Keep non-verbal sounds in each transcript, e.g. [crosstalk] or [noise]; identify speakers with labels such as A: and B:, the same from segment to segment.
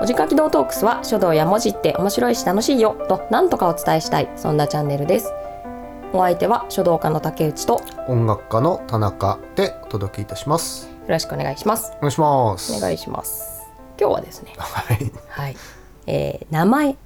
A: おじかき堂トークスは書道や文字って面白いし楽しいよと何とかお伝えしたいそんなチャンネルですお相手は書道家の竹内とよ
B: 音楽家の田中でお届けいたします
A: ろしくお願いします
B: お願いします
A: お願いします今日はですね
B: はい
A: はい、えー名前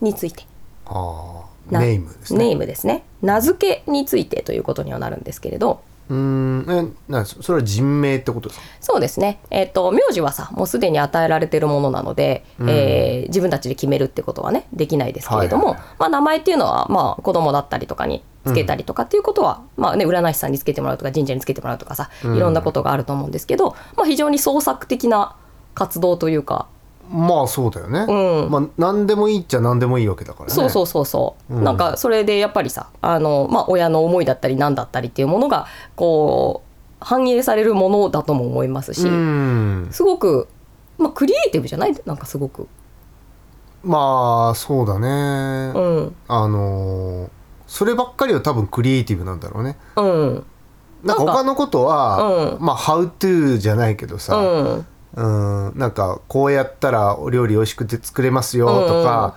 A: について
B: あー
A: な
B: ネームですね
A: ネームですね名付けについてということにはなるんですけれど
B: うーんえなんそそれは人名ってことですか
A: そうですね、えっと名字はさもうすでに与えられてるものなので、
B: うん
A: えー自分たちで決めるってことはねできないですけれども、
B: はいは
A: まあ、名前っていうのは、まあ、子供だったりとかにつけたりとかっていうことは、まあね、占い師さんにつけてもらうとか神社につけてもらうとかさい
B: うん
A: ろんなことがあると思うんですけど、まあ、非常に創作的な活動というか、
B: まあそうだよね、
A: うん
B: まあ何でもいいっちゃ何でもいいわけだからね
A: そうそうそうそう、
B: うん
A: なんかそれでやっぱりさあの、まあ、親の思いだったり何だったりっていうものがこう反映されるものだとも思いますし、
B: うーん
A: すごく、まあ、クリエイティブじゃないなんかすごく。
B: まあそうだね、
A: うん
B: あのーそればっかりは多分クリエイティブなんだろうね
A: うん
B: なん
A: な
B: か
A: んか
B: 他のことは
A: う
B: まあ「how to」じゃないけどさ、
A: うん
B: うん、なんかこうやったらお料理美味しくて作れますよとか、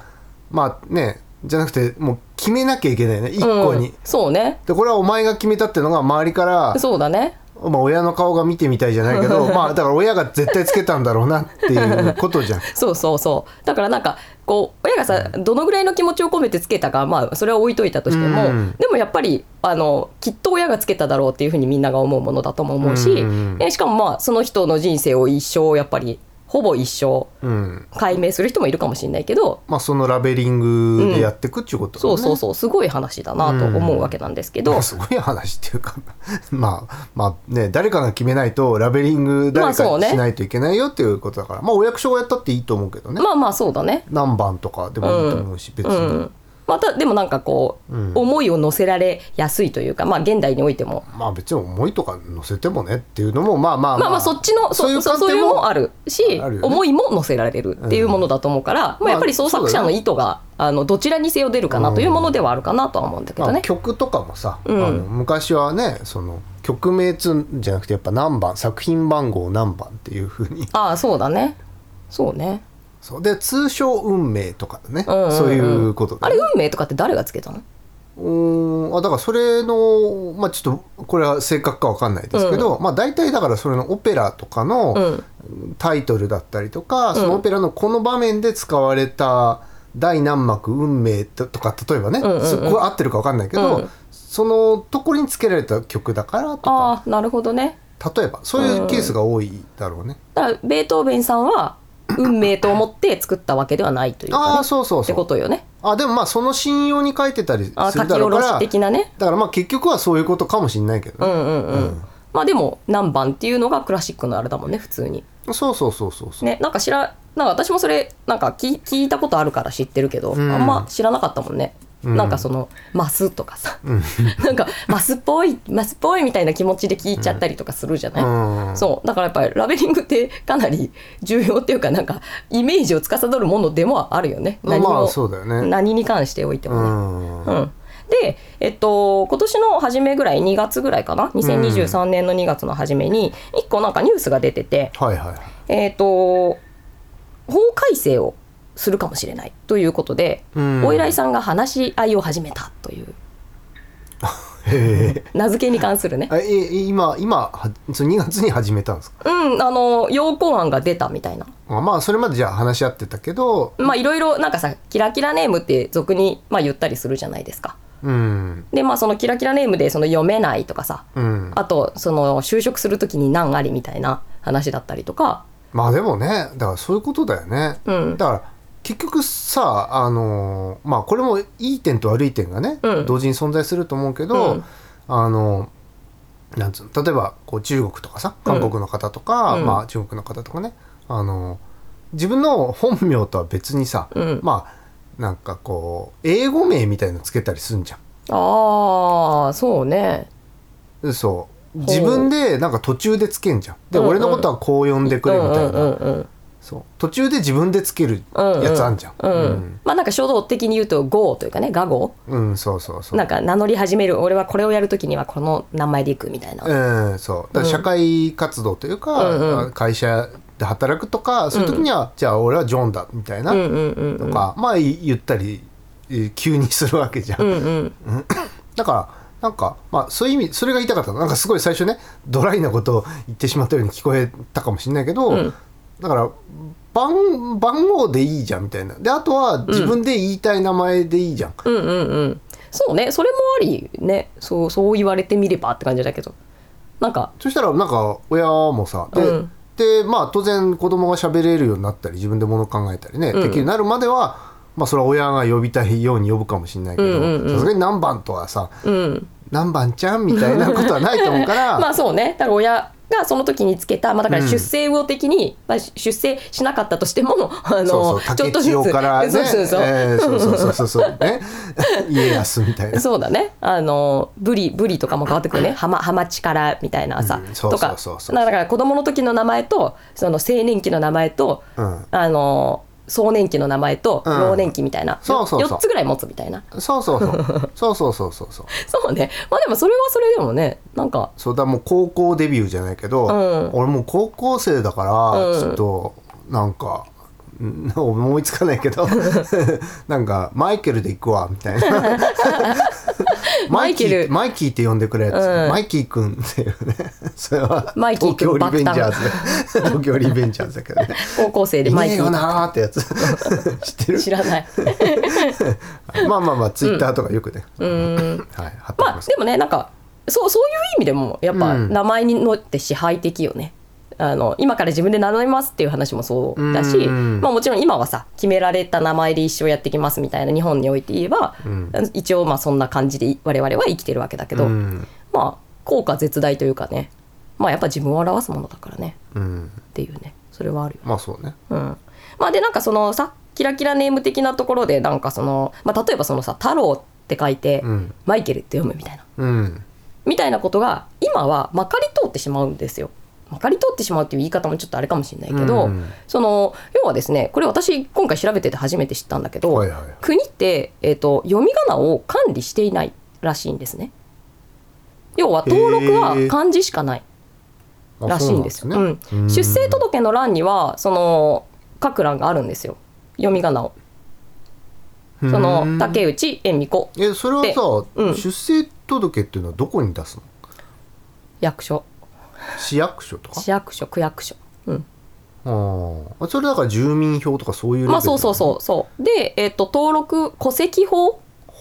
B: まあねじゃなくてもう決めなきゃいけないね一個に、
A: うんそうね
B: でこれはお前が決めたってのが周りから、
A: そうだね
B: まあ、親の顔が見てみたいじゃない
A: [laughs]
B: けどまあだから親が絶対つけたんだろうなっていうこと
A: [laughs]
B: じゃん。
A: そうそうそうだからなんかこう親がさどのぐらいの気持ちを込めてつけたかまあそれは置いといたとしても、
B: うん
A: でもやっぱりあのきっと親がつけただろうっていうふうにみんなが思うものだとも思うし、
B: うん
A: えしかもまあその人の人生を一生やっぱりほぼ一生
B: うん
A: 解明する人もいるかもしれないけど
B: まあ、そのラベリングでやっていくっていうことだ
A: そ
B: ね
A: うそうそうすごい話だなと思うわけなんですけど、
B: まあすごい話っていうか [laughs] まあまあね誰かが決めないとラベリング
A: まあ
B: 誰か
A: そう
B: に
A: ね
B: しないといけないよっていうことだから、まあお役所がやったっていいと思うけどね、
A: まあまあそうだね
B: 何番とかでもいいと思うし、別に、
A: うん、またでもなんかこう、
B: うん
A: 思いを乗せられやすいというかまあ現代においても
B: まあ別に思いとか乗せてもねっていうのもまあまあ
A: まあまあそっちのそ
B: そうう
A: い
B: いうう観
A: そういう
B: 点
A: のも
B: も
A: あるし
B: あるよね
A: 思いも乗せられるっていうものだと思うから、まあ、やっぱり創作者の意図が、あのどちらにせよ出るかなというものではあるかなとは思うんだけど
B: ま
A: ね
B: あ、。曲とかもさ、
A: うん
B: あの昔はねその曲名つんじゃなくてやっぱ何番作品番号何番っていうふうに
A: ああそうだねそうね
B: そうで通称運命とかね、
A: うんうんうん
B: そういうこと
A: あ
B: で
A: れ
B: ね、
A: 運命とかって誰がつけたの
B: うーんあだからそれのまあちょっとこれは正確かわかんないですけど、まあ大体だからそれのオペラとかの、
A: うん
B: タイトルだったりとか、そ
A: うん
B: のオペラのこの場面で使われた第何幕運命ととか例えばね、
A: うんうんうん
B: すこれ合ってるか分かんないけど、
A: うん
B: そのところにつけられた曲だからとか
A: ああなるほどね
B: 例えばそういうケースが多いだろうね。
A: だからベートーベンさんは運命と思って作ったわけではないという
B: あ
A: か、
B: あ
A: ね、
B: そうそう
A: って
B: そ
A: こ
B: う
A: とよね
B: あでもまあその信用に書いてたりする
A: あー書き
B: だ
A: 下
B: ろうか
A: ろし
B: ら
A: 的なね
B: だからまあ結局はそういうことかもしれないけど
A: う
B: ね、
A: んうんうん、まあでも何番っていうのがクラシックのあれだもんね普通に
B: そうそうそうそうそう、
A: ねなんか知らなんか私もそれなんか聞聞いたことあるから知ってるけど、
B: うん
A: あんま知らなかったもんね、
B: うん
A: なんかそのマスとかさ
B: うん
A: [laughs] なんかマスっぽいマスっぽいみたいな気持ちで聞いちゃったりとかするじゃない、
B: うん
A: そうだからやっぱりラベリングってかなり重要っていうかなんかイメージを司るものでもあるよね何も、
B: まあそうだよね
A: 何に関しておいてもね、
B: うん
A: うん、で、えっと、今年の初めぐらい2月ぐらいかな2023年の2月の初めに1個なんかニュースが出てて、
B: はいはい [laughs] はい
A: えっと、法改正をするかもしれないということで、
B: うん
A: お依頼さんが話し合いを始めたという
B: へえ
A: 名付けに関す
B: [laughs]
A: るね、
B: あええ今今はその2月に始めたんですか
A: うん、あの要項案が出たみたいな。
B: あまあそれまでじゃあ話し合ってたけど
A: まあいろいろなんかさキラキラネームって俗に、まあ、言ったりするじゃないですか。
B: うん
A: でまあそのキラキラネームでその読めないとかさ
B: うん
A: あとその就職する時に難ありみたいな話だったりとか、
B: まあでもねだからそういうことだよね、
A: うん
B: だから結局さあのーまあこれもいい点と悪い点がね、
A: うん
B: 同時に存在すると思うけど、
A: うん
B: あのなんつうの例えばこう中国とかさ韓国の方とか、
A: うん
B: まあ、中国の方とかねあの自分の本名とは別にさ、
A: うん
B: まあなんかこう英語名みたいのつけたりすんじゃん。
A: ああそうね
B: そう自分でなんか途中でつけんじゃんで、
A: うんうん
B: 俺のことはこう呼んでくれみたいな、
A: うんうんうん
B: そう途中で自分でつける
A: うん
B: やつあんじゃん
A: うん、うんまあなんか書道的に言うと「語」というかね「画語
B: うん、うんそうそう」そう
A: なんか名乗り始める俺はこれをやるときにはこの名前でいくみたいな、
B: うんそうだから社会活動というか、
A: うんうん
B: 会社で働くとかそういう時には、じゃあ俺はジョンだみたいな
A: うんうんうん
B: とか、まあい言ったりえー急にするわけじゃん、
A: うんうん
B: だからなんかまあそういう意味それが言いたかったのなんかすごい最初ねドライなことを言ってしまったように聞こえたかもしれないけど、
A: ん
B: だから番番号でいいじゃんみたいなであとは自分で言いたい名前でいいじゃん、
A: うんうんうんそうねそれもありねそうそう言われてみればって感じだけどなんか
B: そしたらなんか親もさで,、
A: うん
B: でまあ当然子供が喋れるようになったり自分で物考えたりね、できるようになるまではまあそれは親が呼びたいように呼ぶかもしれないけ
A: うんうんう
B: ど
A: ん
B: さすがに何番とはさ
A: うん
B: 何番ちゃんみたいなことはないと思うか
A: [laughs]
B: ら、
A: まあそうねだから親がその時につけた、まあ、だか
B: う
A: ら
B: ん
A: 出生魚的に、まあ、出生しなかったとしてもあ
B: そ
A: の
B: うそう
A: ちょ
B: 竹
A: っと
B: 千
A: ず
B: 代
A: つ
B: からね
A: [laughs] そうそうそう、
B: えーそうそうそうそうそうね [laughs] 家康みたいな
A: そうだねあのブリブリとかも変わってくるね浜浜地からみたいなさ、
B: うんそう
A: とか
B: そうそうそう
A: なだから子供の時の名前とその青年期の名前と、
B: うん
A: あの壮年期の名前と
B: うん
A: 老年期みたいな、
B: そうそうそ
A: 4
B: う
A: つぐらい持つみたいな
B: そうそうそうそうそうそうそうそう
A: そうねまあでもそれはそれでもねなんか
B: そうだもう高校デビューじゃないけど、
A: ん
B: 俺もう高校生だから、
A: うん
B: ちょっとなんか [laughs] ん思いつかないけ
A: [laughs]
B: どなんかマイケルで行くわみたいな
A: [laughs] マイケル
B: マイキーって呼んでくれっつって、
A: うん
B: マイキーくんっていうね [laughs] それは
A: マイキー
B: 東京
A: くん
B: リベンジャ
A: 爆
B: ーズ [laughs] 東京リベンジャーズだけどね
A: 高校生で
B: い
A: マイ
B: ねえ
A: ク
B: よなーっ
A: [laughs]
B: てやつ知ってる
A: 知らない
B: まあまあまあツイッターとかよくね、
A: うん
B: はい貼って
A: まあ
B: ます、
A: でもねなんかそうそういう意味でもやっぱ
B: うん
A: 名前にのって支配的よね、あの今から自分で名乗りますっていう話もそうだし、
B: うん
A: まあ、もちろん今はさ決められた名前で一生やってきますみたいな日本において言えば、
B: ん
A: 一応まあそんな感じでい我々は生きてるわけだけど、
B: うん
A: まあ効果絶大というかねまあやっぱ自分を表すものだからね
B: うん
A: っていうねそれはあるよね
B: まあそうね
A: うん、まあでなんかそのさキラキラネーム的なところでなんかその、まあ、例えばそのさ「太郎」って書いて、
B: うん
A: マイケル」って読むみたいな
B: うん
A: みたいなことが今はまかり通ってしまうんですよ。まかり通ってしまうっていう言い方もちょっとあれかもしれないけど、
B: うん
A: その要はですねこれ私今回調べてて初めて知ったんだけど、
B: はいはい
A: 国って、えー、と読み仮名を管理していないらしいんですね。要は登録は
B: へー
A: 漢字しかない
B: あ
A: らしいんです
B: そう
A: よ。
B: なね
A: うん、出生届の欄にはその各欄があるんですよ読み仮名を。
B: うん
A: その
B: うん
A: 竹内恵美子
B: えそれはさ、
A: でうん
B: 出生届っていうのはどこに出すの
A: 役所
B: 市役所とか
A: 市役所区役所。うん
B: あーそれだから住民票とかそういうレベル
A: まあそうそうそうそうで、えっと登録戸籍法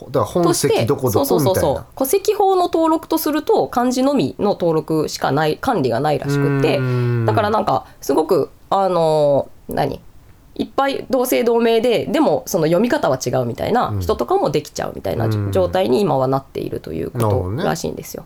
B: うだか
A: と
B: ら本
A: して
B: 籍どこ
A: そ
B: ど
A: うそ
B: こ
A: うそう
B: みたい
A: そ
B: な
A: う戸籍法の登録とすると漢字のみの登録しかない管理がないらしくてだからなんかすごくあのー何いっぱい同姓同名ででもその読み方は違うみたいな
B: うん
A: 人とかもできちゃうみたいな
B: うん
A: 状態に今はなっているというこ
B: なるほど
A: と
B: ね
A: らしいんですよ。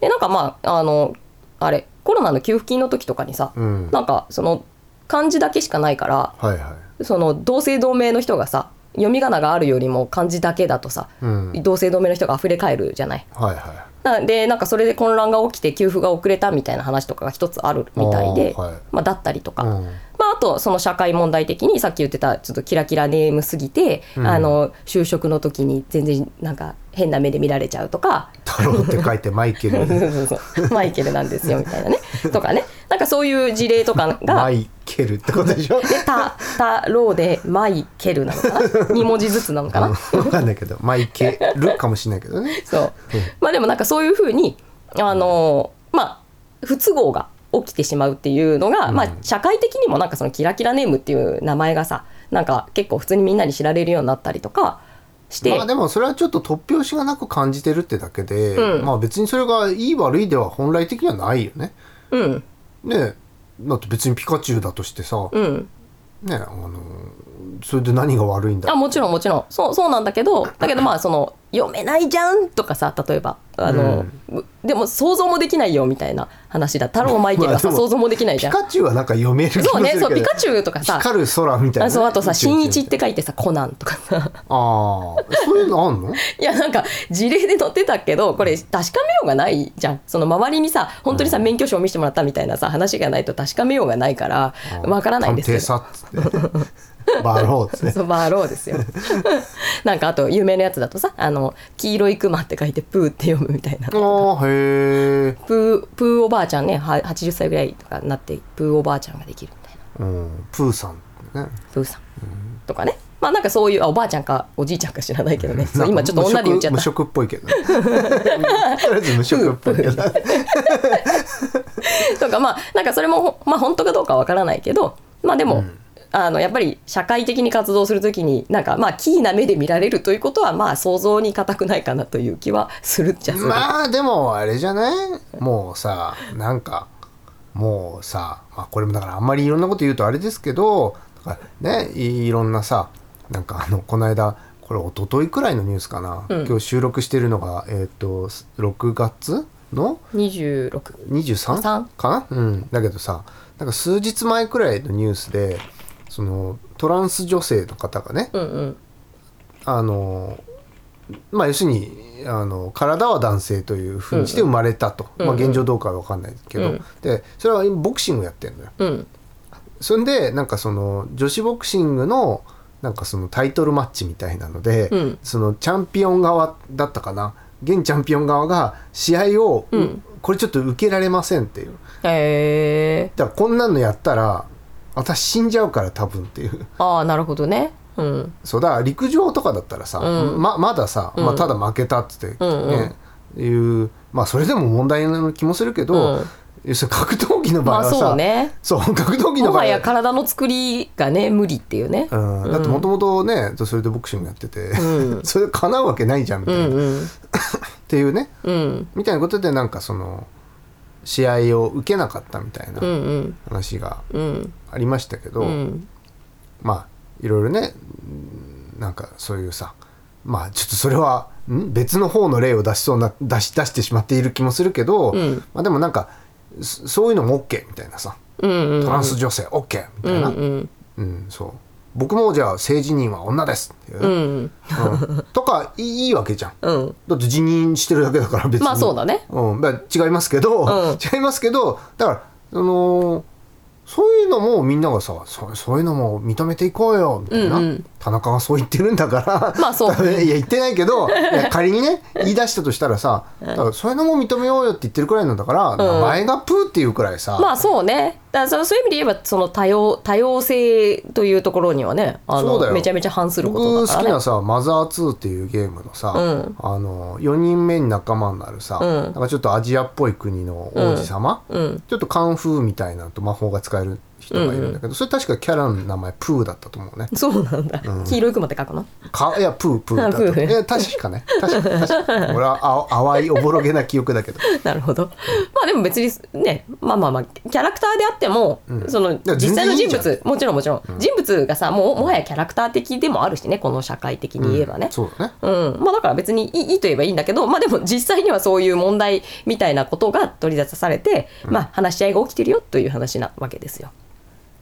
A: でなんかまああのあれコロナの給付金の時とかにさ
B: うん
A: なんかその漢字だけしかないから
B: はいはい
A: その同姓同名の人がさ読み仮名があるよりも漢字だけだとさ、
B: うん
A: 同姓同名の人が溢れ返るじゃない。
B: はいは
A: なでなんかそれで混乱が起きて給付が遅れたみたいな話とかが一つあるみたいで、
B: あーはい
A: まあ、だったりとか、
B: い、う
A: ま
B: ん、
A: あ、あとその社会問題的にさっき言ってたちょっとキラキラネームすぎて、
B: うん
A: あの就職の時に全然なんか変な目で見られちゃうと
B: [laughs]
A: か、
B: 太郎って書いてマイ
A: [laughs]
B: ケル
A: そうそうそうマイケルなんですよみたいなねとかねなんかそういう事例とかが
B: マイケルってことで
A: [laughs]
B: しょ
A: で、た、た、ろうで、マイケルなのかな ?2 文字ずつなのかな
B: 分かんないけどマイケルかもしれないけどね
A: そう。まあでもなんかそういうふうに、あのーまあ、不都合が起きてしまうっていうのが、まあ社会的にもなんかそのキラキラネームっていう名前がさ、なんか結構普通にみんなに知られるようになったりとかして、
B: まあでもそれはちょっと突拍子がなく感じてるってだけで、
A: うん
B: まあ別にそれがいい悪いでは本来的にはないよね。
A: うん、
B: ねえだって別にピカチュウだとしてさ、
A: うん。
B: ねえあのそれで何が悪いんだ
A: あもちろんもちろんそうそうなんだけどだけどまあその読めないじゃんとかさ例えばあの、うでも想像もできないよみたいな話だ太郎マイケルはさ、
B: まあでも
A: 想像もできないじ
B: ピ
A: ゃん
B: カチュウはなんか読める気がする
A: そうね
B: けど
A: そうピカチュウとかさ
B: 光る空みたいなね、
A: あそうあとさ「
B: 宇宙人
A: 新一」って書いてさ「コナン」とかさ
B: ああそういうのあん
A: い
B: の
A: やなんか事例で載ってたけどこれ確かめようがないじゃんその周りにさ本当にさ免許証を見せてもらったみたいなさ話がないと確かめようがないから [laughs] わからないんですけ
B: 探
A: ど
B: 偵さっつってバローっ
A: [laughs]
B: つって
A: そうバーローですよなんかあと有名なやつだとさ「あの黄色いクマ」って書いて「プー」って読むーみたいな
B: おーへえ、
A: プープーおばあちゃんねは80歳ぐらいとかになってプーおばあちゃんができるみたいな
B: うん、プーさんね
A: プーさんとかねまあなんかそういうあおばあちゃんかおじいちゃんか知らないけどねそう
B: なんか
A: 今ちょっと女で言っちゃった
B: 無職無職っぽいけど
A: [laughs]
B: とりあえず無職っぽいけど
A: とかまあなんかそれもほまあ本当かどうかわからないけどまあでも、あのやっぱり社会的に活動するときになんかまあキーな目で見られるということはまあ想像に難くないかなと [laughs] いう気はするっちゃする、
B: まあでもあれじゃないもうさなんかもうさ、まあ、これもだからあんまりいろんなこと言うとあれですけどだからねいいろんなさなんかあのこの間これ一昨日くらいのニュースかな、
A: うん
B: 今日収録してるのが、えっと6月の
A: 26
B: 23かな、うん、だけどさなんか数日前くらいのニュースでそのトランス女性の方がね、
A: うんうん
B: あのまあ要するにあの体は男性というふうにして生まれたと、
A: うん
B: まあ、現状どうかは分かんないけど、
A: うん
B: でそれは今ボクシングやってるのよ
A: うん
B: それでなんかその女子ボクシングのなんかそのタイトルマッチみたいなので、
A: うん
B: そのチャンピオン側だったかな現チャンピオン側が試合を、
A: うん
B: これちょっと受けられませんっていう
A: へえ
B: だからこんなのやったら私死んじゃうから多分っていう
A: ああなるほどねうん
B: そうだから陸上とかだったらさ、
A: うん
B: ままださ、ま
A: う
B: あ、
A: ん
B: ただ負けたっつって、ね
A: うん
B: いうまあそれでも問題な気もするけど、
A: うん
B: 要するに格闘技の場合
A: ま
B: は
A: あ
B: さ、
A: そうね
B: そう格闘技の
A: も
B: 場合
A: はや体の作りがね無理っていうね
B: うん、だってもともとねそれでボクシングやってて、
A: うん
B: [laughs] それ叶うわけないじゃんみ
A: う
B: たいな、
A: ん
B: っ
A: うん
B: ていうね
A: うん
B: みたいなことでなんかその試合を受けなかったみたいな
A: うんうん
B: 話が
A: うん
B: ありましたけど、
A: うん
B: まあいろいろねうんなんかそういうさまあちょっとそれはん別の方の例を出しそうな出し出してしまっている気もするけど、
A: うん
B: まあ、でもなんかそそういうのも OK みたいなさ
A: うんうん
B: トランス女性 OK みたいな、うん
A: うん
B: そう僕もじゃあ性自認は女ですっていう、
A: うん
B: うんとかいいいいわけじゃん
A: うん
B: だって辞任してるだけだから別に
A: まあそうだね
B: うん、だから違いますけど、
A: うん
B: [laughs] 違いますけどだからそのそういうのもみんながさそそういうのも認めていこうよみたいな、
A: うんうん
B: 田中がそう言ってるんだから
A: まあそう
B: [laughs] いや言ってないけどいや仮にね言い出したとしたらさだからそういうのも認めようよって言ってるくらいなんだから、名前がプーっていうくらいさ、
A: まあそうねだからそのそういう意味で言えばその多様多様性というところにはねあ
B: そう
A: の
B: だよ
A: めちゃめちゃ反すること
B: 僕
A: だ
B: 好
A: か
B: き
A: ら
B: な
A: ね
B: さ「マザー2」っていうゲームのさ、
A: うん
B: あの4人目に仲間になるさ、
A: うん
B: なんかちょっとアジアっぽい国の王子様、
A: うん
B: ちょっとカンフーみたいなのと魔法が使える人がいるんだけど、それ確かキャラの名前プーだったと思う
A: [laughs]
B: ね
A: そうなんだ黄色いクマって書くの [laughs]
B: かいやプープーだったと
A: あプ
B: 思う
A: ー
B: いや確かね確か確か俺はあ淡いおぼろげな記憶だけど
A: なるほどまあでも別にねまあまあまあキャラクターであっても
B: ん
A: その
B: や
A: 実際の
B: 全然い
A: 人
B: いじゃん
A: 物もちろんもちろん人物がさもうもはやキャラクター的でもあるしねこの社会的に言えばね
B: そうだね
A: うん、まあだから別にいいいいと言えばいいんだけど、まあでも実際にはそういう問題みたいなことが取り出されて、まあ話し合いが起きてるよという話なわけですよ。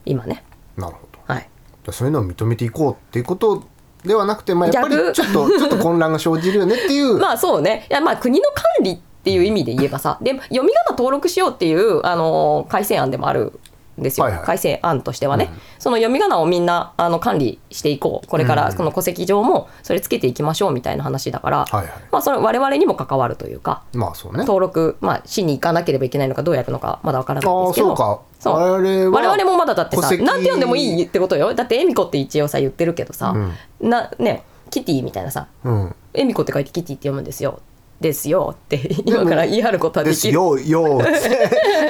A: 今ね。
B: なるほど
A: はい。
B: じゃあそういうのを認めていこうっていうことではなくて、まあ、やっぱり
A: 逆
B: ちょっとちょっと混乱が生じるよねって
A: [laughs]
B: いう、
A: まあそうね。いやまあ国の管理っていう意味で言えばさ、で読み仮名登録しようっていうあの改正案でもある。んですよ
B: はいはい
A: 改正案としてはね、その読み仮名をみんなあの管理していこうこれか
B: うん
A: ら
B: うん
A: この戸籍上もそれつけていきましょうみたいな話だから、
B: はいはい
A: まあそれ我々にも関わるというか、
B: まあそうね
A: 登録、まあ、しに行かなければいけないのかどうやるのかまだわからないん
B: あ
A: で
B: あ
A: すけ
B: そ
A: ど
B: うか
A: そう
B: 我々は
A: 我々もまだだって
B: 戸
A: さ
B: 籍
A: なんて呼んでもいいってことよだって恵美子って一応さ言ってるけどさ、なねキティみたいなさ
B: うん
A: 恵美子って書いてキティって読むんですよですよって今から言い張ることはで
B: で
A: き
B: す
A: る [laughs]
B: よよーっ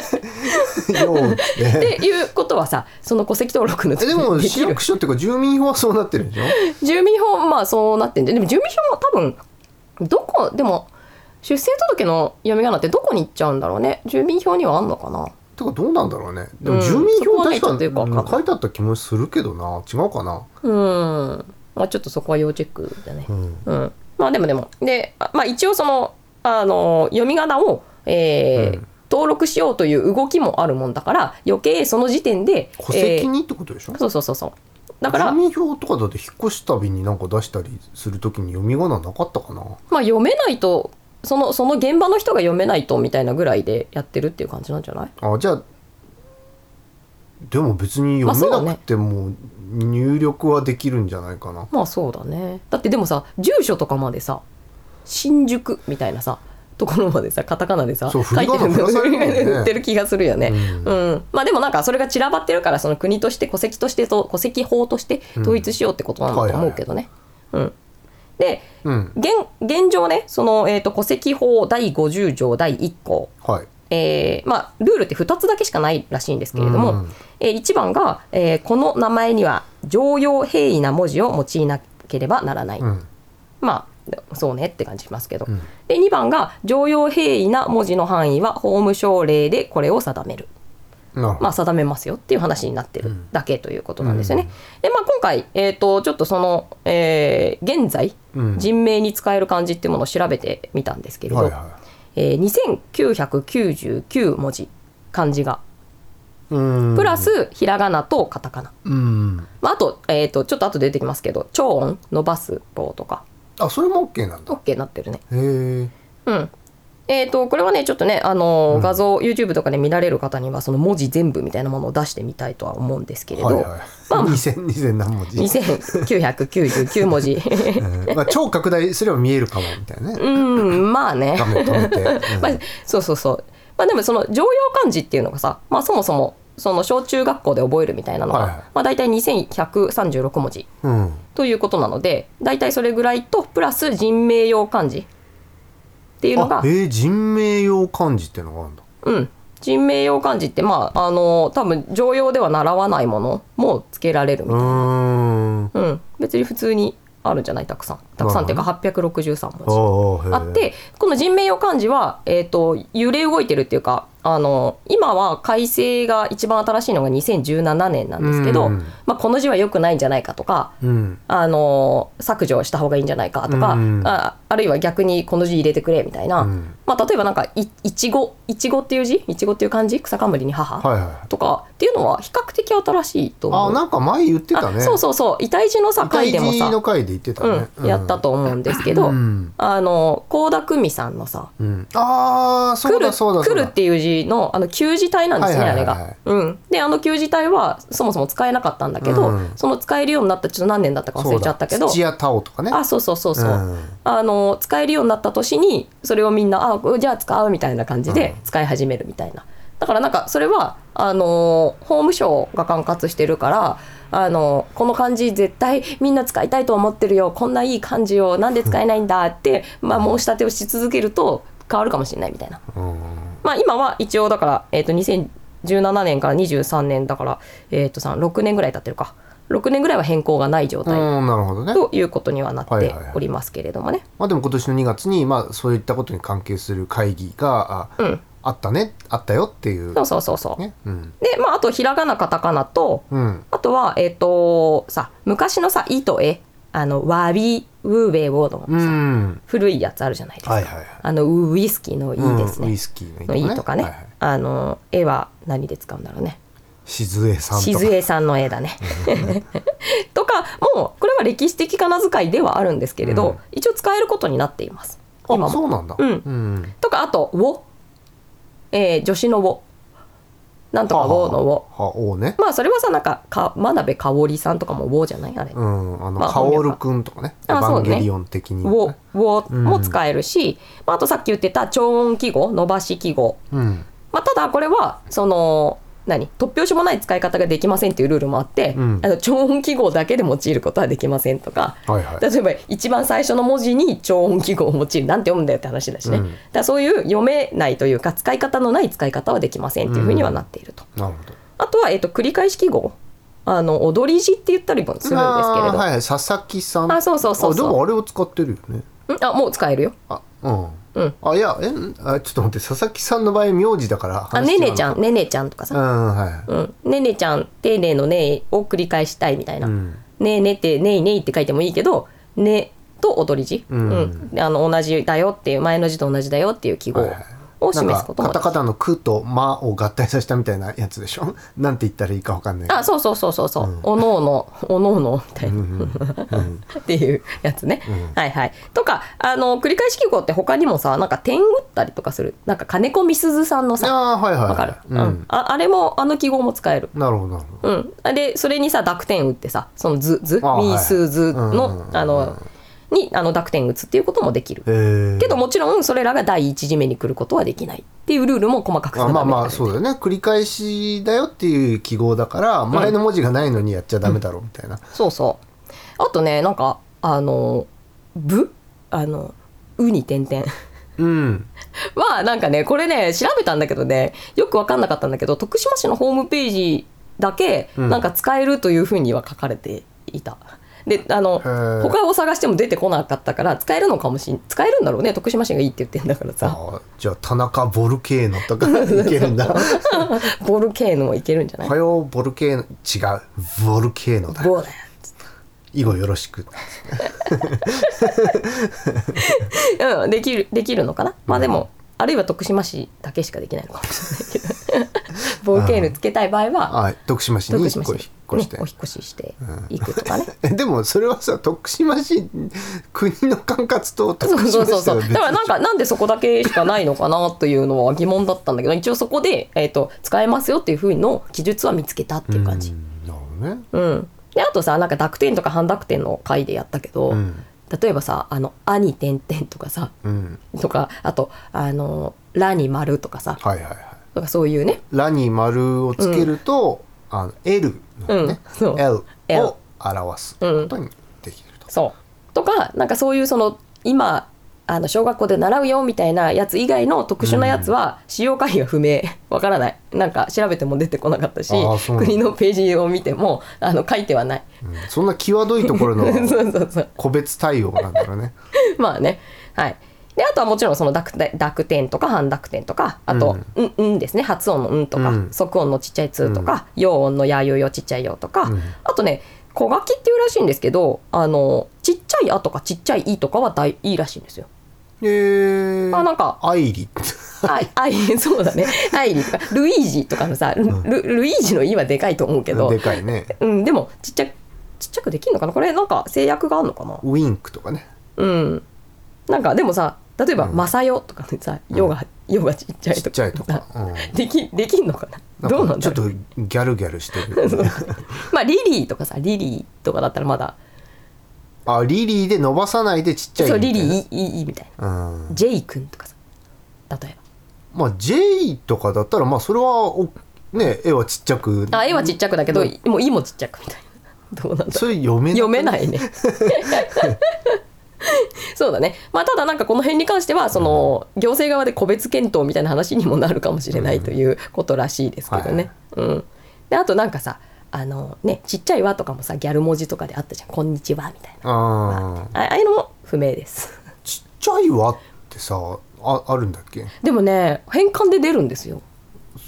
B: つってよーっつって
A: っていうことはさその戸籍登録の
B: え
A: 時
B: でも
A: にで
B: 市
A: きる
B: 役所っていうか住民法はそうなってるんでしょ
A: 住民票まあそうなってんででも住民票も多分どこでも出生届の読み仮名ってどこに行っちゃうんだろうね住民票にはあんのかな
B: てかどうなんだろうねでも
A: うん
B: 住民
A: そこ
B: 票
A: はね
B: 確か
A: ちょっとよくわかんない
B: うん書いてあった気もするけどな違うかな
A: うん、まあ、ちょっとそこは要チェックだね
B: う。ん
A: うん、まあでもでもで、あまあ、一応そのあの読み仮名を、えー
B: うん
A: 登録しようという動きもあるもんだから余計その時点で
B: 戸籍
A: え
B: にってことでしょ
A: ーそうそうそうそうだから、ま
B: 住民票とかだって引っ越すたびになんか出したりするときに読み仮名なかったかな
A: あ、読めないとそのその現場の人が読めないとみたいなぐらいでやってるっていう感じなんじゃない
B: あじゃあでも別に読めなくても入力はできるんじゃないかな
A: まあそうだねだってでもさ住所とかまでさ新宿みたいなさところまでさカタカナでさ
B: そう
A: 書いて
B: 振り仮名振らされるもんね
A: 売ってる気がするよね、
B: う
A: うんまあでもなんかそれが散らばってるからその国として戸籍としてと戸籍法として統一しようってことなんだと思うけどね。うんで
B: うん
A: 現現状ねその、えー、と戸籍法第50条第1項、
B: はい
A: えーまあ、ルールって2つだけしかないらしいんですけれども、
B: うん
A: え1番が、えーこの名前には常用平易な文字を用いなければならない、
B: うん
A: まあそうねって感じしますけど、
B: うん
A: で2番が常用平易な文字の範囲は法務省令でこれを定める。
B: なるほど
A: まあ、定めますよっていう話になってるだけということなんですよね。で、まあ、今回、えー、とちょっとその、えー現在、
B: うん
A: 人名に使える漢字っていうものを調べてみたんですけれど、
B: はいは
A: えー2999文字漢字が
B: いうん
A: プラスひらがなとカタカナ、
B: うん
A: まあ、あと,、えー、とちょっと後で出てきますけど超音伸ばす棒とか
B: あそれも OK なんだ
A: OK になってるね。
B: へえ
A: うんえー、とこれはねちょっとね、あのー画像 YouTube とかで見られる方にはその文字全部みたいなものを出してみたいとは思うんですけれど、
B: はいはい [laughs]
A: まあ
B: 2000 2000何文字
A: 2999文字 [laughs]
B: うんまあ超拡大すれば見えるかもみたいな
A: う
B: ね
A: んまあね
B: 画面止めてう
A: [laughs]
B: ん
A: まあ、そうそうそうまあでもその常用漢字っていうのがさ、まあ、そもそもその小中学校で覚えるみたいなのが、
B: はいはい
A: まあ、大体2136文字
B: うん
A: ということなので大体それぐらいとプラス人名用漢字っていうの
B: あ
A: が、
B: えー人名用漢字っていうのがあるんだ
A: うん、人名用漢字ってまああの多分常用では習わないものもつけられるみ
B: う
A: たい
B: ーん
A: な、うん、別に普通にあるんじゃないたくさんたくさんっていうか863文字。
B: あ
A: あってこの人名用漢字は、えー、と揺れ動いてるっていうかあの今は改正が一番新しいのが2017年なんですけど、
B: うん
A: まあ、この字は良くないんじゃないかとか
B: うん
A: あの削除した方がいいんじゃないかとか、
B: うん
A: ああるいは逆にこの字入れてくれみたいな、
B: うん
A: まあ、例えばなんかい「いちご」「いちご」っていう字「いちご」っていう漢字草冠に母、
B: はいはい
A: とかっていうのは比較的新しいと思う。
B: あなんか前言ってたね
A: あそうそうそう遺体字のさ回でも
B: 赤い字
A: さ
B: の、回で言ってたね
A: うん、やったと思うんですけど、
B: うん
A: あの倖田來未さんのさ
B: うんあ
A: 「
B: あそうだそうだそ
A: 来
B: う
A: る」
B: だ
A: 来るっていう字のあの旧字体なんですね、
B: はいはいはいはい
A: あれが。うん、であの旧字体はそもそも使えなかったんだけど、
B: うん
A: その使えるようになったちょっと何年だったか忘れちゃったけど
B: そうだ土屋太鳳とかね
A: あそうそうそうそう、
B: うん
A: あの使えるようになった年にそれをみんなあじゃあ使うみたいな感じで
B: う
A: 使い始めるみたいな、だからなんかそれはあの法務省が管轄してるからあのこの漢字絶対みんな使いたいと思ってるよこんないい漢字をなんで使えないんだって、まあ、申し立てをし続けると変わるかもしれないみたいな。
B: うん
A: まあ、今は一応だから、えー、と2017年から23年だから、えー、とさ6年ぐらい経ってるか6年ぐらいは変更がない状態
B: うんなるほどね
A: ということにはなっ
B: はい
A: て
B: はいはい
A: おりますけれどもね。
B: まあでも今年の2月にまあそういったことに関係する会議があ
A: うん、
B: あったねあったよっていう
A: そうそうそうそう。
B: ねうん
A: で、まあ、あとひらがなカタカナと
B: うん
A: あとはえっ、とさ昔のさ「い」と「え」あの「わび」「うべ」「を」の
B: うん
A: 古いやつあるじゃないですか。
B: はいはいはい
A: あのウイスキーの「い」です
B: うんウ
A: ね
B: イ。スキー
A: の「
B: ね
A: い」とかね。
B: はいはい
A: あの「え」は何で使うんだろうね。
B: 静江さんとか
A: 静江さんの絵
B: [laughs]
A: だね。とかもうこれは歴史的仮名遣いではあるんですけれど、
B: うん
A: 一応使えることになっています。今
B: あ
A: も
B: そうなんだ
A: うん
B: うん
A: とかあと「を」えー、助詞の「を」なんとか「を」の「を
B: はおね」
A: まあそれはさなんかか真鍋かおりさんとかも「を」じゃないあれ。
B: うん
A: ま
B: あの
A: あ
B: カオルくんとかねエヴ
A: あそ
B: ァ
A: う
B: ン
A: ね
B: ゲリオン的に
A: を
B: ね
A: を
B: うん
A: も使えるし、まあ、あとさっき言ってた超音記号伸ばし記号、
B: うん
A: まあ、ただこれはその何突拍子もない使い方ができませんっていうルールもあって、
B: うん
A: あの超音記号だけで用いることはできませんとか、
B: はいはい
A: 例えば一番最初の文字に超音記号を用いるなんて読むんだよって話だしね、
B: うん
A: だからそういう読めないというか使い方のない使い方はできませんっていうふうにはなっていると、
B: なるほど
A: あとは、えっと繰り返し記号あの踊り字って言ったりもするんですけれ
B: あー
A: ど
B: は
A: あ,、
B: いはい佐々木さん
A: そうそうそう
B: あで
A: そ
B: もあれを使ってるよね
A: ううんあもう使えるよ
B: あうん
A: うん
B: あいやえんあちょっと待って佐々木さんの場合名字だから
A: あ
B: 話
A: ね
B: 違う
A: ねちゃんねねちゃんとか
B: うん
A: さ、
B: はい
A: うん、ねねちゃん丁寧のねを繰り返したいみたいな、
B: うん
A: ねえねってねいねいって書いてもいいけどねと踊り字、
B: うん
A: うんあの同じだよっていう前の字と同じだよっていう記号
B: はいはい
A: を
B: なん
A: 示す
B: か
A: ことも
B: カタカナの「く」と「ま」を合体させたみたいなやつでしょ [laughs] なんて言ったらいいかわかんないけど
A: あそうそうそうそうそう、
B: うん
A: おのおのおのおのみたいな、
B: うんうん
A: っていうやつね、
B: うん
A: はいはいとかあの繰り返し記号って他にもさなんか点打ったりとかするなんか金子みすずさんの
B: あ
A: さ
B: あはいはい
A: わかる、うんああれもあの記号も使える
B: うんなるほどなるほど
A: うん、でそれにさ濁点打ってさその図図
B: あはい
A: ミースーズの、
B: うんうんうんうん
A: あのにあの濁点打つっていうこともできる
B: えー、
A: けどもちろんそれらが第一次目に来ることはできないっていうルールも細かく
B: あ
A: 定め
B: ま
A: ら
B: あ
A: れて
B: まあそうだよね繰り返しだよっていう記号だから前の文字がないのにやっちゃダメだろうみたいな、
A: そうそうあとねなんかあの「ぶ」あの「う」に点々
B: うん、
A: はなんかねこれね調べたんだけどねよく分かんなかったんだけど徳島市のホームページだけ
B: うん
A: なんか使えるというふうには書かれていた。であの
B: へー
A: 他を探しても出てこなかったから使えるのかもしん使えるんだろうね徳島市がいいって言ってんだから
B: [laughs]
A: さ
B: あじゃあ田中ボルケーノとかいける
A: [laughs]
B: んだ「
A: ボルケーノもいけるんじゃ
B: お
A: ない
B: はようボルケーノ」違うボルケーノだ
A: ボーだよ
B: 以後よろしく
A: うん、できるできるのかな、まあでもあるいは徳島市だけしかできないのかもしれない
B: [laughs]
A: けど冒険ルつけたい場合は
B: あ徳島市に
A: 徳
B: 引
A: 島
B: っ
A: 市
B: 越
A: に、
B: し
A: ね、
B: 引っ越し
A: お引
B: て、
A: っ越ししていくとかね。
B: えでもそれはさ徳島市国の管轄と
A: そ
B: 徳
A: うそ
B: 島
A: うそう
B: 市
A: そ
B: は
A: う
B: 別
A: だからなんかなんでそこだけしかないのかなというのは疑問だったんだけど一応そこで、えー、と使えますよっていうふうの記述は見つけたっていう感じ
B: う。んなるほどね
A: うんであとさなんか濁点とか半濁点の回でやったけど、
B: うん
A: 例えばさ「あのあ」に点々とかさ
B: うん
A: とかあと「あのら」に丸とかさ
B: はいはいはい
A: とかそういうね
B: ラに丸をつけると、あの L のね、
A: うんそう
B: L
A: L
B: を表すことにできると。
A: そうとかなんかそういうその今あの小学校で習うよみたいなやつ以外の特殊なやつは使用回避が不明 [laughs] わからないなんか調べても出てこなかったし
B: あーそうなんだ
A: 国のページを見てもあの書いてはない
B: うんそんな際どいとこ
A: [laughs]
B: ろの
A: そうそうそう
B: 個別対応なんだろうね。
A: まあねはいであとはもちろんその濁点濁点とか半濁点とかあと「うん」うんですね発音の「うん」とか、
B: うん
A: 即音のちっちゃい「つ」とか、陽音の「やゆよ」ちっちゃい「よ」とか、
B: うん
A: あとね小書きっていうらしいんですけどあのちっちゃい「あ」とかちっちゃい「い」とかは大いいらしいんですよ。
B: えー、
A: あなんか
B: アイリ
A: あいあい [laughs] そうだねアイリとかルイージとかのさルルルイージの「い」はでかいと思うけど
B: で、かいね。
A: うん、でもちっちゃいちっちゃくできるのかなこれなんか制約があるのかな
B: ウィンクとかね。
A: うんなんかでもさ例えば「
B: うん
A: マサヨ」とかでさ「ヨ」が「ヨ」がちっちゃい
B: ちっ
A: と
B: ちゃ
A: か
B: いとか。うん
A: [laughs] できできんのかな
B: か
A: どうなんだ
B: ち
A: ろ
B: ょ
A: う
B: っとギャルギャルしてる、ね。
A: [laughs] まあリリーとかさリリーとかだったらまだ [laughs]
B: あリリーで伸ばさないでちっちゃい
A: そうリリー
B: ー。
A: いいいいみたいな
B: うん、
A: ジェイ君とかさ例えば
B: まあ J とかだったらまあそれはおね絵はちっちゃく
A: あ絵はちっちゃくだけど、もう「い」もちっちゃくみたいな [laughs] どうなんだ
B: それ読めない
A: 読めない [laughs] ねそうだねまあただなんかこの辺に関してはその行政側で個別検討みたいな話にもなるかもしれないということらしいですけどね、うん、であとなんかさあのねちっちゃい「わ」とかもさギャル文字とかであったじゃん「こんにちは」みたい
B: あー
A: なあああいうのも不明です
B: ちっちゃいわってさああるんだっけ
A: でもね変換で出るんですよ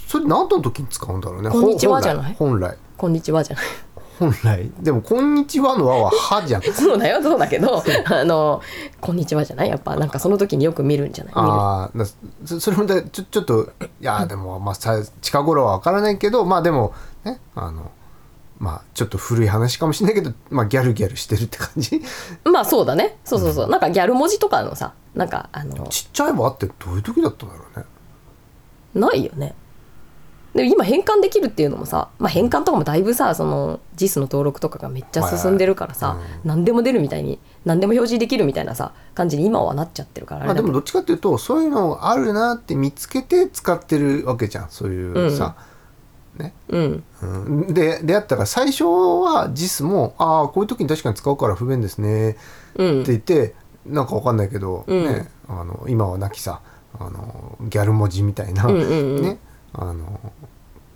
B: それ何の時に使うんだろうね
A: こんにちは
B: ほ
A: じゃない
B: 本来
A: 「こんにちは」 [laughs] じゃない
B: 本来本来でも「こんにちは」の「は」は「は」じゃん
A: そうだよそうだけどあの「こんにちは」じゃないやっぱなんかその時によく見るんじゃない見る
B: ああそそれもだちょちょっといやーでもまあさ近頃は分からないけどまあでもねあのまあちょっと古い話かもしれないけど、まあ、ギャルギャルしてるって感
A: [laughs]
B: じ
A: まあそうだねそうそうそう、なんかギャル文字とかのさなんかあの
B: ちっちゃいわってどういう時だったんだろうね
A: ないよねで今変換できるっていうのもさ、まあ、変換とかもだいぶさその JIS の登録とかがめっちゃ進んでるからさ、
B: はいはい
A: 何でも出るみたいに何でも表示できるみたいなさ感じに今はなっちゃってるからあ
B: まあ、
A: れ
B: で
A: だけ
B: も
A: ど
B: どっちかっていうとそういうのあるなって見つけて使ってるわけじゃんそういうさ、ね
A: うん
B: うん、で出会ったから最初は JIS も「ああこういう時に確かに使うから不便ですね」
A: うん
B: って言って、なんかわかんないけど、
A: うん
B: ね、あの今はなきさあのギャル文字みたいな、
A: うんうんうん
B: ね、あの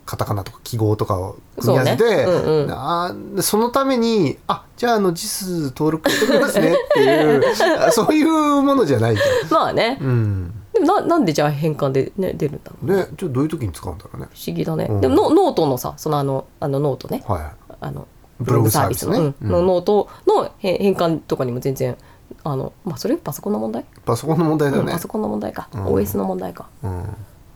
B: カタカナとか記号とかを組み合わせて
A: そうねうんうん
B: あーそのために「あじゃああの JIS 登録しておきますね」っ
A: [laughs]
B: ていうあそういうものじゃないじゃ
A: まあね
B: ん。うん
A: でもななんでじゃあ変換で、ね、出るんだろう
B: ね、ちょっとどういう時に使うんだろうね。
A: 不思議だね、
B: うん
A: でもノノートのさそのあのあのノートね
B: はい、
A: あの
B: ブログサービスね
A: ブログ
B: うん
A: のノートの変変換とかにも全然あのまあそれパソコンの問題
B: パソコンの問題だよ
A: うん
B: ね
A: パ。ソコンの問題か、
B: うん
A: OS の問題か
B: うん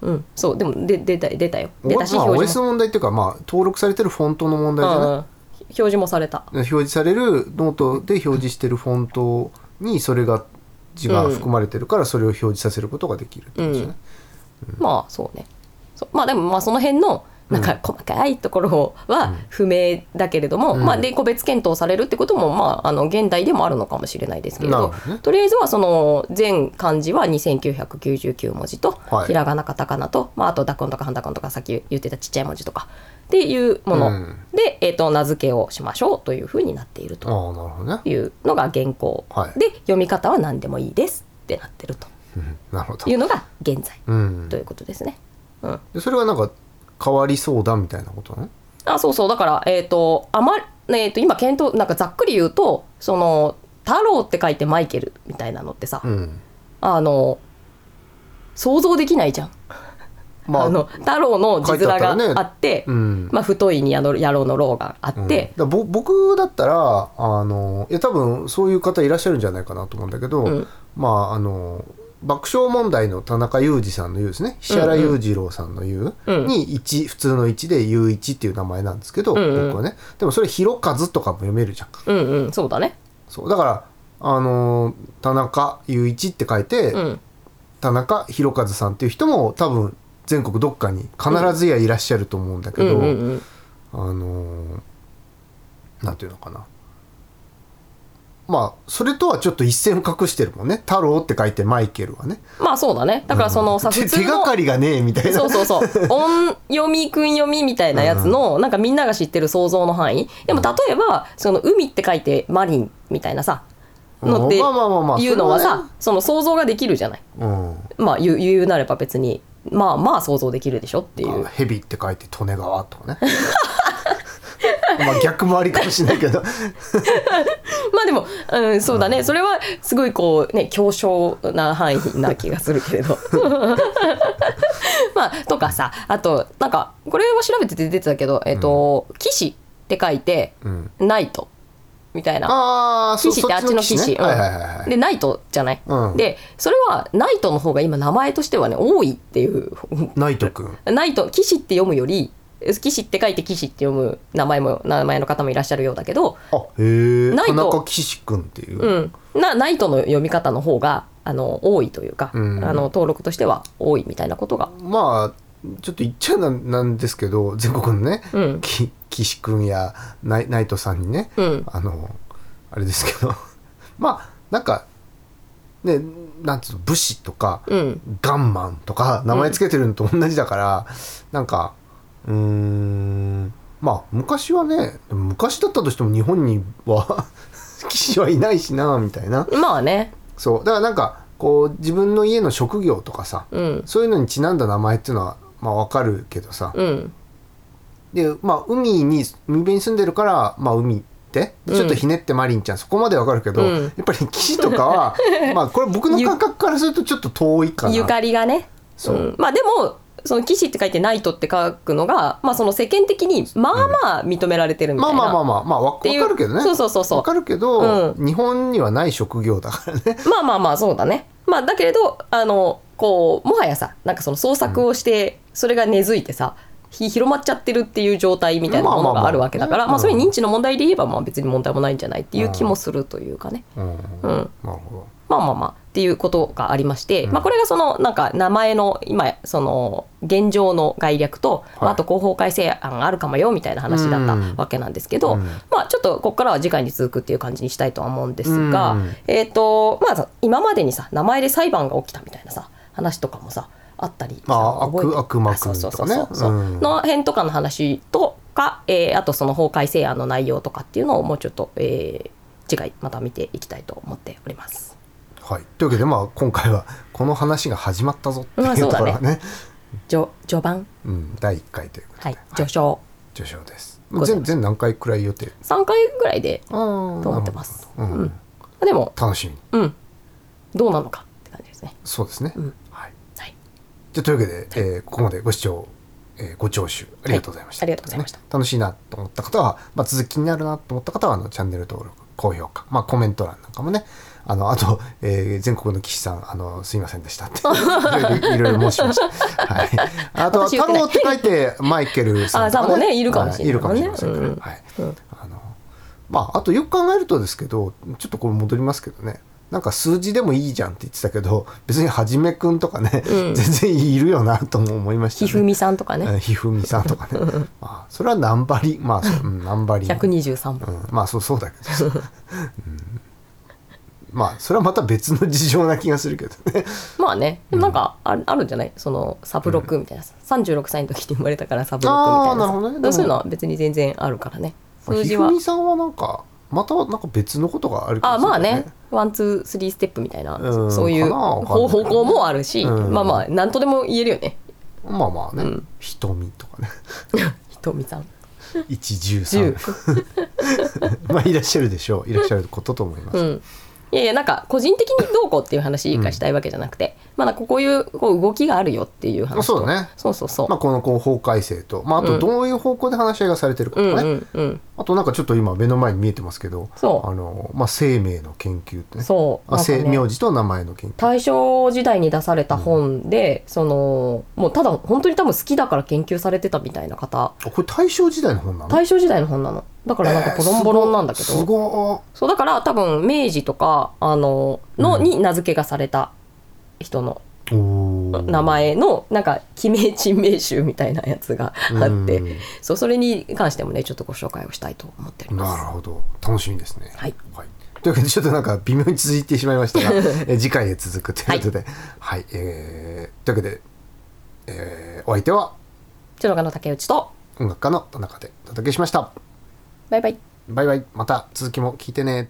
A: うんそうでもで出た出たよ
B: ま
A: 出
B: あ
A: たし
B: OS
A: 表示
B: の問題っていうか、まあ、登録されてるフォントの問題じゃ
A: も、
B: な
A: うん、表示もされた
B: い表示されるノートで表示してるフォントにそれが字が含まれてるからそれを表示させることができるってことですよね。
A: まあそうねそうまあでもまあその辺のなんか細かいところは不明だけれども、
B: うん
A: まあ、で個別検討されるってことも、まあ、あの現代でもあるのかもしれないですけれ
B: なる
A: ど
B: ほどね
A: とりあえずはその全漢字は2999文字と、
B: はい
A: ひらがなカタカナと、まあ、あとダコンとかハンダコンとかさっき言ってたちっちゃい文字とかっていうもの、
B: うん
A: で、えー、と名付けをしましょうというふうになっていると
B: ああなるほどね、
A: いうのが原稿、
B: はい
A: で読み方は何でもいいですってなってると
B: うん、なるほど
A: いうのが現在
B: うん
A: ということですね。うん
B: でそれがなんか変わりそうだみたいなことね
A: あそうそうだからえっ、とあまえー、と今検討なんかざっくり言うとその太郎って書いてマイケルみたいなのってさ、
B: うん
A: あの想像できないじゃん。
B: まあ
A: あ、の太郎の字面があって
B: うん
A: まあ、太いにあの野郎の郎があ
B: うん
A: って、
B: だぼ僕だったらあのいや多分そういう方いらっしゃるんじゃないかなと思うんだけど、
A: うん
B: まああの爆笑問題の田中裕二さんの「うですね石原裕次郎さんの「う
A: うん
B: に一普通の「一で「う一っていう名前なんですけど、
A: うんうん
B: 僕はねでもそれ「ひろかず」とかも読めるじゃん
A: うん、うんそうだね。
B: そうだからあの田中裕一って書いて、
A: うん
B: 田中宏和さんっていう人も多分全国どっかに必ずやいらっしゃると思うんだけ
A: うん
B: ど、
A: うんうん
B: あのーなんていうのかなまあそれとはちょっと一線を画してるもんね「太郎」って書いてマイケルはね
A: まあそうだねだからそのさ、
B: 手
A: 普
B: 手
A: 通
B: が
A: の
B: かりがねえみたいな
A: そうそうそう音読み訓読みみたいなやつの、なんかみんなが知ってる想像の範囲でも例えばその海って書いてマリンみたいなさのって
B: まあまあまあまあ
A: いうのは
B: それは
A: さその想像ができるじゃない
B: うん
A: まあ言う言うなれば別にまあまあ想像できるでしょってい
B: あ
A: う
B: ヘビって書いて利根川とかね [laughs] まあ逆もありかもしれないけど
A: まあでも、うん、そうだね、それはすごいこうね強小な範囲な気がするけれ
B: [laughs]
A: どまあとかさあとなんかこれは調べてて出てたけど「えっと騎士」って書いて
B: うん
A: 「ナイト」みたいな。
B: ああ
A: 騎士ってあっちの騎士、うん
B: はいはいはいはい
A: でナイトじゃない、
B: うん
A: でそれはナイトの方が今名前としてはね多いっていう [laughs]
B: ナイト君
A: ナイト騎士って読むより騎士って書いて騎士って読む名前も名前の方もいらっしゃるようだけど、
B: あへえ
A: ない
B: 田
A: と
B: 中岸君っていう、
A: うん、なナイトの読み方の方があの多いというか、
B: うん
A: あの登録としては多いみたいなことが、
B: まあちょっと言っちゃなんなんですけど [laughs] 全国のね、
A: うん
B: き岸君やナイナイトさんにね、
A: うん、
B: あのあれですけど [laughs] まあなんかねなんつうの武士とか、
A: うん、
B: ガンマンとか名前つけてるのと同じだから、なんかうーんまあ昔はねでも昔だったとしても日本には [laughs] 騎士はいないしなみたいな
A: まあね、
B: そうだからなんかこう自分の家の職業とかさ、
A: うん、
B: そういうのにちなんだ名前っていうのはまあわかるけどさ、
A: うん、
B: でまあ海に海辺に住んでるからまあ海ってでちょっとひねってマリンちゃん、そこまでわかるけど、
A: うん
B: やっぱり騎士とか
A: [laughs]
B: はまあこれ僕の感覚からするとちょっと遠いかな
A: ゆかりがね、、
B: そうん
A: まあでもその騎士って書いてナイトって書くのが、まあその世間的にまあまあ認められてるみ
B: ま
A: た
B: あ
A: いな、
B: まあまあまあまあわわ
A: っ
B: か
A: ていう
B: るけどね
A: そうそうそうそう
B: わかるけど、
A: う
B: 日本にはない職業だからね
A: まあまあまあそうだね。まあだけれどあのこうもはやさなんかその創作をして、それが根付いてさひ広まっちゃってるっていう状態みたいなもの
B: まあまあま
A: が
B: あ
A: あるわけだから、
B: うん
A: まあそれ認知の問題で言えばまあ別に問題もないんじゃないっていう気もするというかね。
B: うん、
A: うん
B: なるほど
A: まあまあまあっていうことがありまして、
B: うん
A: まあこれがそのなんか名前の今その現状の概略と、
B: い
A: まあ、あと広報改正案があるかもよみたいな話だ
B: うん
A: ったわけなんですけど、
B: うん
A: まあちょっとここからは次回に続くっていう感じにしたいとは思うんですが、
B: うん
A: えっ、とまあさ今までにさ名前で裁判が起きたみたいなさ話とかもさあったりさ
B: まあ
A: 覚えて
B: 悪悪魔
A: あそうそうそう
B: 君
A: そ
B: と
A: う
B: かね
A: そう
B: うん
A: の辺とかの話とか、えーあとその法改正案の内容とかっていうのをもうちょっと、えー次回また見ていきたいと思っております。
B: はいというわけでまあ今回はこの話が始まったぞって
A: ま
B: い
A: あ
B: う
A: そ
B: と
A: うだ
B: こ
A: ね
B: ろがね,、
A: 序序盤
B: うん、第1回ということで、
A: はい序章
B: 受賞です
A: ござい
B: 全
A: ます
B: 全何回くらい予定
A: 3回ぐらいで
B: と
A: と
B: 思
A: 思ってます
B: うん
A: うんでも
B: 楽しみに
A: うんどうなのかって感じですね
B: そうですね、
A: うん
B: はい、
A: はい
B: じゃあというわけで、えーここまでご視聴、えーご聴取ありがとうございました、
A: はいありがとうございました
B: ね楽しいなと思った方は、まあ、続きになるなと思った方はあのチャンネル登録高評価、まあ、コメント欄なんかもねあのあと、えー全国の騎士さんあのすいませんでしたって [laughs] いろいろいろいろ申しました、はい、あとは「
A: 私
B: 太
A: 言ってない
B: 郎」って書いてマイケルさんとか、
A: あさんもねいるかもしれない
B: るかもしれませんから、
A: うん
B: はい
A: うん
B: あのまあ、あとよく考えるとですけどちょっとこれ戻りますけどねなんか数字でもいいじゃんって言ってたけど別にはじめくんとかね、
A: うん
B: 全然いるよなとも思いました
A: ひ
B: ね。
A: ふみさんとかね
B: うんひふみさんとかねまあそれはナンバリまあそう、うん、ナンバリ
A: 123本
B: うん、まあそうそうだけどさ、うんまあそれはまた別の事情な気がするけどね
A: まあねでもなんかああるんじゃないそのサブロックみたいなさ、36歳の時に生まれたからサブロックみたいなさ
B: あーなるほどねでも
A: そういうのは別に全然あるからね [laughs] 数字
B: まあ
A: は
B: ひふみさんはなんかまたなんか別のことがある
A: あ
B: もしれ
A: ま
B: な
A: あ
B: い
A: ねワンツースリーステップみたいな、
B: うん
A: そういう
B: かなわかんな
A: 方
B: い
A: 方向もあるし、
B: うん
A: まあまあ何とでも言えるよね
B: まあまあね、
A: うん
B: 瞳とかね
A: ひとみさん
B: 一十
A: 10
B: 三 [laughs] まあいらっしゃるでしょういらっしゃることと思います、
A: うん、いやいやなんか個人的にどうこうっていう話がしたいわけじゃなくて、まあなんかこういうこう動きがあるよっていう話と
B: あそうだね
A: そうそうそう、
B: まあ、このこう法改正と、まあ、あ
A: う
B: と
A: ん
B: どういう方向で話し合いがされてるか
A: う
B: とか
A: ん
B: ね、
A: うんうん
B: あとなんかちょっと今目の前に見えてますけど
A: そう
B: あの、まあ、生命の研究ってね
A: そう
B: あ
A: なんか
B: 生
A: ね
B: 名字と名前の研究
A: 大正時代に出された本で、そのもうただ本当に多分好きだから研究されてたみたいな方
B: あこれ大正時代の本なの
A: 大正時代の本なのだからなんかボロンボロンなんだけど、
B: えーすごっ
A: そうだから多分明治とかあのの、
B: うん
A: に名付けがされた人の
B: すごっおー
A: 名前のなんか記名珍名集みたいなやつがあって、
B: うん
A: そうそれに関してもねちょっとご紹介をしたいと思っており
B: な
A: ま
B: る
A: す。
B: ほど楽しみですね
A: はい、
B: というわけでちょっとなんか微妙に続いてしまいま
A: [laughs]
B: したがえ次回へ続くということではい、えーというわけで、えーお相手は
A: 千葉の竹内と
B: 音楽家の田中でお届けしました
A: バイバイ
B: バイバイまた続きも聞いてね